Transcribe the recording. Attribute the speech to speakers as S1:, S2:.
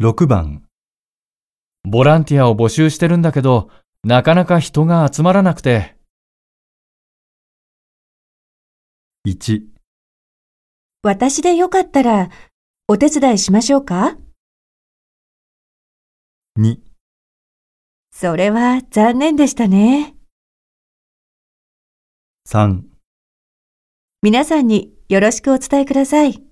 S1: 6番、
S2: ボランティアを募集してるんだけど、なかなか人が集まらなくて、
S1: 1、
S3: 私でよかったら、お手伝いしましょうか
S1: 2、
S3: それは残念でしたね。
S1: 3。
S3: 皆さんによろしくお伝えください。